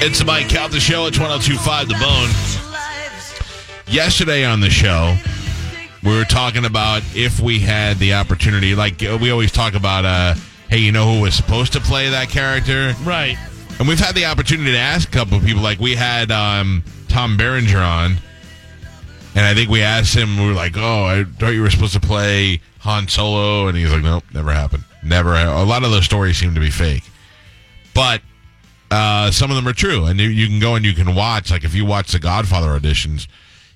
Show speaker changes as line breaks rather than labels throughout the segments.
It's the Mike Cal the Show. It's 1025 The Bone. Yesterday on the show, we were talking about if we had the opportunity. Like, uh, we always talk about, uh, hey, you know who was supposed to play that character?
Right.
And we've had the opportunity to ask a couple of people. Like we had um, Tom Berenger on, and I think we asked him. We were like, "Oh, I thought you were supposed to play Han Solo," and he's like, "Nope, never happened. Never." ha- A lot of those stories seem to be fake, but uh, some of them are true. And you, you can go and you can watch. Like if you watch the Godfather auditions,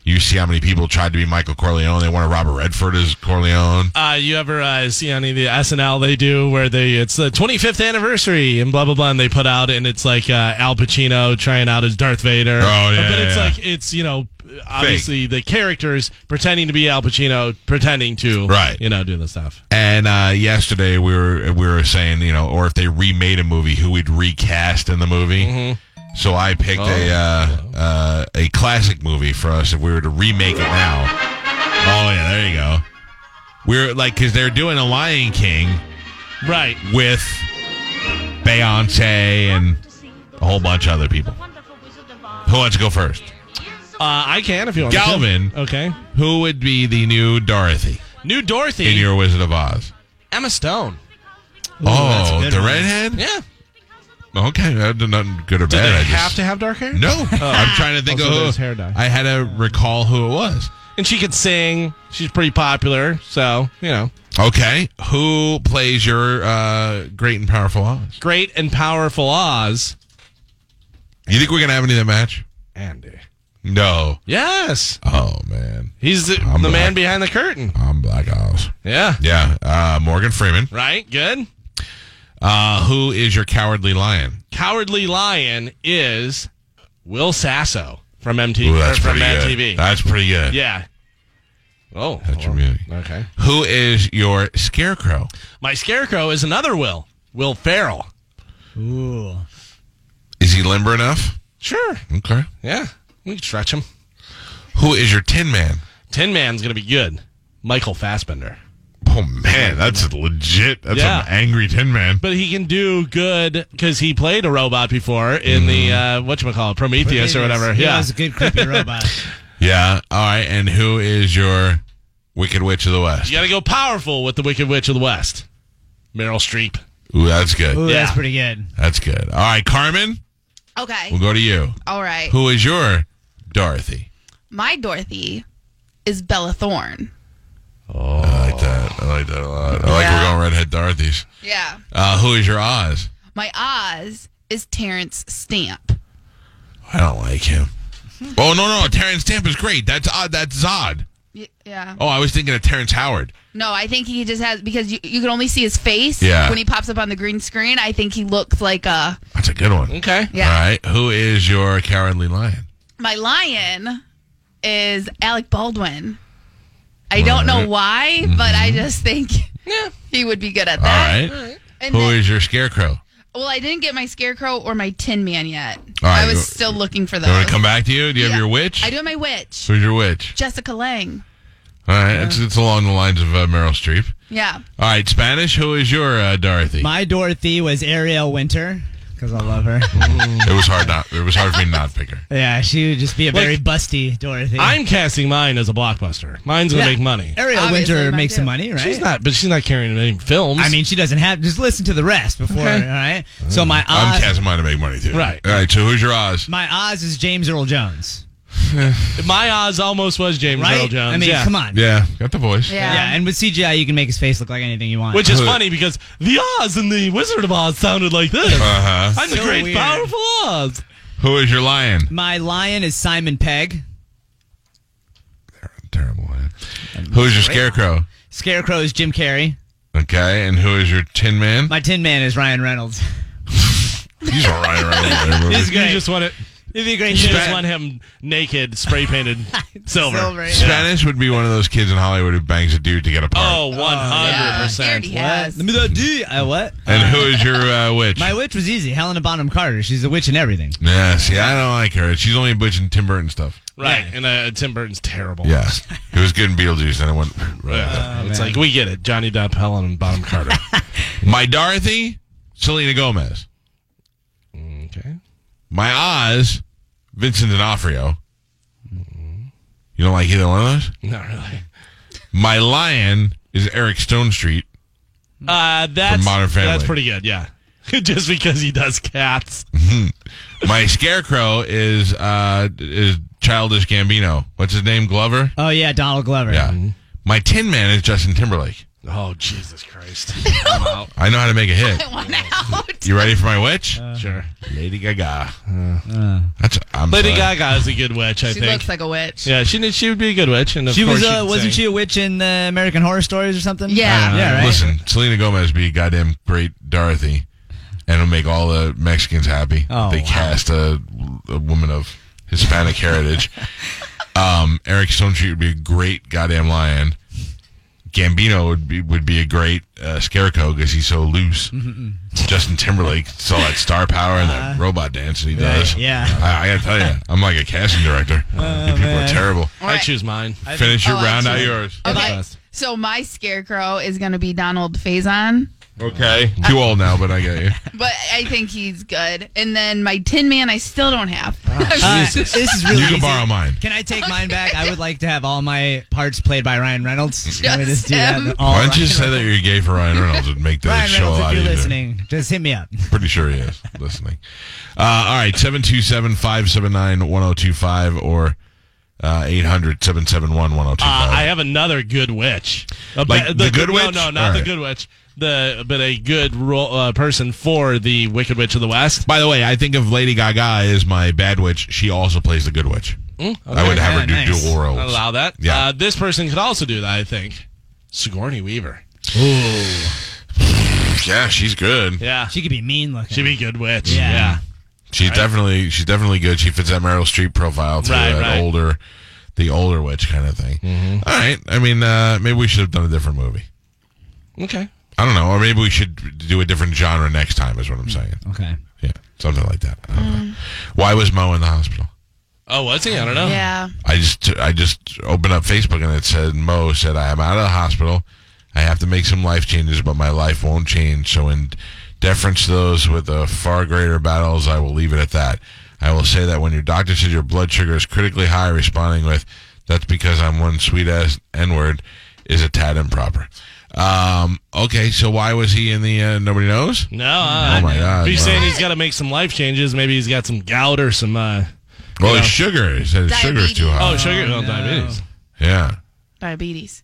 you see how many people tried to be Michael Corleone. They wanted Robert Redford as Corleone.
Uh, you ever uh, see any of the SNL they do where they it's the 25th anniversary and blah blah blah and they put out and it's like uh, Al Pacino trying out as Darth Vader.
Oh, yeah,
But it's
yeah.
like it's you know obviously the characters pretending to be Al Pacino pretending to
Right.
you know do the stuff.
And uh, yesterday we were we were saying you know, or if they remade a movie, who would recast in the movie? So I picked a uh, uh, a classic movie for us if we were to remake it now. Oh yeah, there you go. We're like because they're doing a Lion King
Right.
with Beyonce and a whole bunch of other people. Who wants to go first?
Uh, I can if you want. me to.
Galvin.
Okay.
Who would be the new Dorothy
New
in
Dorothy.
your Wizard of Oz?
Emma Stone. that's a
oh,
good
the
one.
redhead.
Yeah.
Okay, I did nothing good or
Do
bad.
they
I
have
just-
to have dark hair?
No, I'm trying to think
Also,
of
there's
who.
hair dye.
I had to recall who it was.
And she could sing. She's pretty popular, so you know.
Okay, who plays your uh, great and powerful Oz?
Great and powerful Oz.
You think we're gonna have any of that match?
Andy.
No.
Yes.
Oh man,
He's the,
I'm
the
black.
man behind the curtain.
I'm Black Oz.
Yeah.
Yeah, uh, Morgan Freeman.
Right? Good.
Uh, who is your cowardly lion?
Cowardly Lion is Will Sasso from MTV.
Ooh, that's
or from
pretty
MTV.
good. That's pretty good.
yeah. Oh.
That's your music.
Okay.
Who is your scarecrow?
My scarecrow is another Will. Will Farrell.
Is he limber enough?
Sure.
Okay.
Yeah. We can stretch him.
Who is your Tin Man?
Tin Man's going to be good. Michael Fassbender.
Oh man, that's legit. That's
Yeah.
an angry Tin Man.
But he can do good because he played a robot before in the, uh,
Mm-hmm.
whatchamacallit, Prometheus, Prometheus or whatever.
Yeah, it
Yeah.
was a good creepy robot.
Yeah. All right. And who is your Wicked Witch of the West?
You got to go powerful with the Wicked Witch of the West. Meryl Streep.
Ooh, that's good.
Ooh, that's
Yeah.
pretty good.
That's good. All right, Carmen,
Okay.
we'll go to you.
All right.
Who is your Dorothy?
My Dorothy is Bella Thorne.
I like that. I like that a lot. I like
Yeah.
we're going redhead Dorothy's.
Yeah.
Uh, who is your Oz?
My Oz is Terrence Stamp.
I don't like him. Oh no no, Terrence Stamp is great. That's odd. That's Zod.
Y- Yeah.
Oh, I was thinking of Terrence Howard.
No, I think he just has because you, you can only see his face
Yeah.
when he pops up on the green screen. I think he looks like a
That's a good one.
Okay.
yeah.
All right. Who is your cowardly lion?
My lion is Alec Baldwin. I don't know why, but I just think
Yeah.
he would be good at
Mm-hmm. All
that.
right.
And
Who
then-
is your scarecrow?
well, I didn't get my scarecrow or my tin man yet.
right,
I was
you-
still looking for
Do you want
those.
to come back to you? Do you have
Yeah.
your witch?
I do have my witch,
Who's your witch?
Jessica Lang.
All right, it's, it's along the lines of uh, Meryl Streep.
Yeah.
All right, Spanish. Who is your uh, Dorothy?
My Dorothy was Ariel Winter because I love her.
It was hard not. It was hard for me to not pick her.
yeah, she would just be a
Like,
very busty Dorothy.
I'm casting mine as a blockbuster. Mine's gonna
Yeah.
make money.
Ariel
Obviously,
Winter
mine
makes some
too.
money, right?
She's not, but she's not carrying any films.
I mean, she doesn't have. Just listen to the rest before,
Okay. Mm,
all right? So my
Uh,
I'm
Oz,
casting mine to make money too.
Right.
All right. So who's your Oz?
my Oz is James Earl Jones,
my Oz almost was James
right?
Earl Jones.
I mean,
yeah.
come on.
Yeah, got the voice.
Yeah.
Yeah, and with CGI, you can make his face look like anything you want.
Which is
Who-
funny because the Oz and the Wizard of Oz sounded like this.
Uh huh.
I'm the
So
great
weird.
powerful Oz.
Who is your lion?
my lion is Simon Pegg.
Terrible lion. Who is your scarecrow?
Scarecrow is Jim Carrey.
Okay, and who is your Tin Man?
My Tin Man is Ryan Reynolds.
He's all right around there.
He's
You
great.
just want it.
It'd be a great
You
show.
just want him naked, spray painted silver.
Silver, yeah.
Spanish would be one of those kids in Hollywood who bangs a dude to get a part.
Oh, one hundred percent.
Yeah, Ah, he already
What?
has.
Let me do- do. I what?
And who is your uh, witch?
My witch was easy. Helena Bonham Carter. She's a witch in everything.
yeah, see, I don't like her. She's only a witch in Tim Burton stuff.
Right, and uh, Tim Burton's terrible.
Yeah, it was good in Beetlejuice, and it went.
it's like we get it. Johnny Depp, Helen, and Bonham Carter. Um,
My Dorothy, Selena Gomez.
okay.
My Oz, Vincent D'Onofrio. You don't like either one of those?
Not really.
My Lion is Eric Stone Street.
Uh, that's
Modern Family.
That's pretty good. Yeah, just because he does cats.
My Scarecrow is uh is Childish Gambino. What's his name? Glover?
Oh yeah, Donald Glover.
Yeah. My Tin Man is Justin Timberlake.
Oh Jesus Christ!
I know how to make a hit.
I want out.
You ready for my witch?
sure.
Lady Gaga. That's I'm
Lady
sorry.
Gaga is a good witch. I
She
think.
looks like a witch.
yeah, she she would be a good witch. And of
She was
course
uh,
could
wasn't
sing.
she a witch in uh, American Horror Stories or something?
Yeah.
uh,
Yeah, right.
Listen, Selena Gomez be goddamn great Dorothy, and it'll make all the Mexicans happy.
Oh,
they
wow.
cast a, a woman of Hispanic heritage. Um, Eric Stone Street would be a great goddamn lion. Gambino would be would be a great uh, scarecrow because he's so loose. Justin Timberlake saw that star power and that robot dance that he does.
Uh-huh. yeah. Oh,
I, I gotta tell you, I'm like a casting director. you people are
man.
terrible.
All
I
right.
choose mine. Uh,
Finish your
Oh,
round, now
actually-
yours.
Okay.
Yes.
So my scarecrow is going to be Donald Faison,
Okay, too old now, but I get you.
but I think he's good. And then my Tin Man, I still don't have.
Ah.
Uh, this is really
You can
easy.
borrow mine.
Can I take mine back? I would like to have all my parts played by Ryan Reynolds. Can we just
Just
do that?
him.
All
Why don't you
Ryan-
just say that you're gay for Ryan Reynolds and make the
Oh, Ryan
show a
Reynolds, if
lot
you're
easier?
listening, just hit me up.
Pretty sure he is listening. Uh, all right, 727 579 1025 or uh, 800 771
Uh, I
1025.
have another good witch. A
Like
ba-
the good
No,
witch?
no, not the
Alright.
good witch. The but a good ro- uh, person for the Wicked Witch of the West.
By the way, I think of Lady Gaga as my bad witch. She also plays the good witch. I would have her do
Yeah, Hmm, nice.
dual roles.
I'd allow that.
Yeah.
Uh, this person could also do that. I think Sigourney Weaver.
Yeah, she's good.
Yeah,
She could be mean looking.
she'd be good witch.
Yeah.
yeah.
She's definitely she's definitely good. She fits that Meryl Streep profile to
Right,
that
right. Mm-hmm.
older, the older witch kind of thing. All right, I mean, uh, maybe we should have done a different movie.
Okay.
I don't know, or maybe we should do a different genre next time. Is what
Mm.
I'm saying.
okay.
Yeah, something like that. I don't know. Why was Mo in the hospital?
Oh, was he? I don't know.
yeah.
I just I just opened up Facebook and it said Mo said I am out of the hospital. I have to make some life changes, but my life won't change. So in deference to those with the far greater battles, I will leave it at that. I will say that when your doctor says your blood sugar is critically high, responding with "That's because I'm one sweet ass N word" is a tad improper. Um, okay, so why was he in the uh, nobody knows?
No. Uh,
Oh my God,
If he's
wow.
saying he's got to make some life changes. Maybe he's got some gout or some. Uh,
Well,
Yeah.
his sugar. He said his sugar's too
Diabetes.
high.
oh, sugar. Oh,
no.
diabetes.
Yeah,
Diabetes.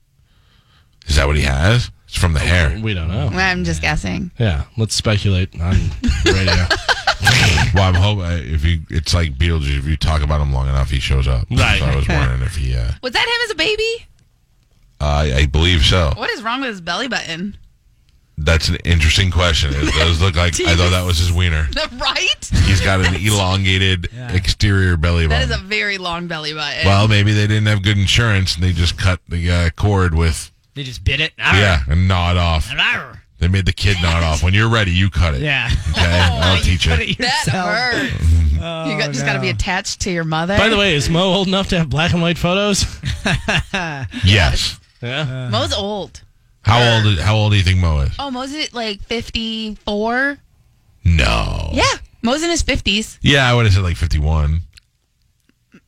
is that what he has? It's from
Oh,
the hair.
We don't know.
I'm just guessing.
Yeah. Let's speculate on radio.
Well, I'm hoping if you, it's like Beetlejuice. If you talk about him long enough, he shows up.
Right.
So I was wondering if he, uh,
Was that him as a baby?
I, I believe so.
What is wrong with his belly button?
That's an interesting question. It does look like I thought that was his wiener.
Right?
He's got an elongated exterior belly
That
button.
is a very long belly button.
well, maybe they didn't have good insurance and they just cut the uh, cord with
They just bit it.
yeah and gnaw it off.
Arr.
They made the kid gnaw it off. When you're ready, you cut it.
Yeah.
Okay, I'll teach you.
that hurts. you got, just got to be attached to your mother.
Oh, By the way, is Mo old enough to have black and white photos?
Yes.
Yeah.
Mo's old.
How old? Is, how old do you think Mo is?
Oh, Mo's at like 54.
No.
Yeah. Mo's in his 50s.
Yeah, I would have said like 51.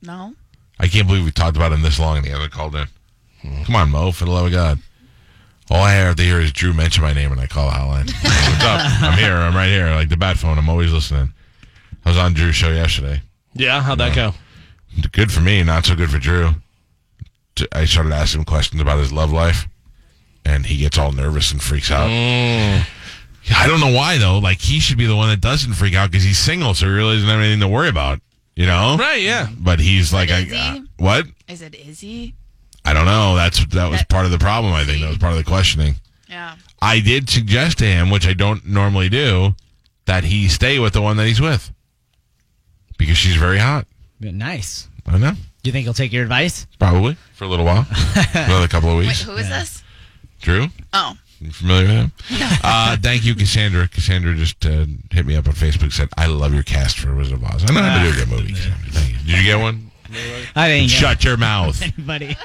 No.
I can't believe we talked about him this long and he hasn't called in. Come on, Mo, for the love of God. All I have to hear is Drew mention my name and I call the hotline. What's up? I'm here. I'm right here. Like the bat phone. I'm always listening. I was on Drew's show yesterday.
Yeah. How'd that go?
Good for me, not so good for Drew. T- I started asking him questions about his love life and he gets all nervous and freaks out.
Mm.
I don't know why, though. Like, he should be the one that doesn't freak out because he's single, so he really doesn't have anything to worry about, you know?
Right. Yeah.
But he's like, I,
Is he?
uh, what?
I said, is he?
I don't know. That's that was
That-
part of the problem. I think that was part of the questioning.
Yeah.
I did suggest to him, which I don't normally do, that he stay with the one that he's with because she's very hot.
Nice.
I know,
Do you think he'll take your advice?
probably for a little while, another couple of
Wait,
weeks.
who is this?
Drew,
Oh.
you familiar with him? uh, thank you, Cassandra. Cassandra just uh, hit me up on Facebook. Said, "I love your cast for Wizard
Ah.
of Oz." I know how to do a good movie. Cassandra. Thank you. Did you get one?
I think
Shut your mouth.
buddy.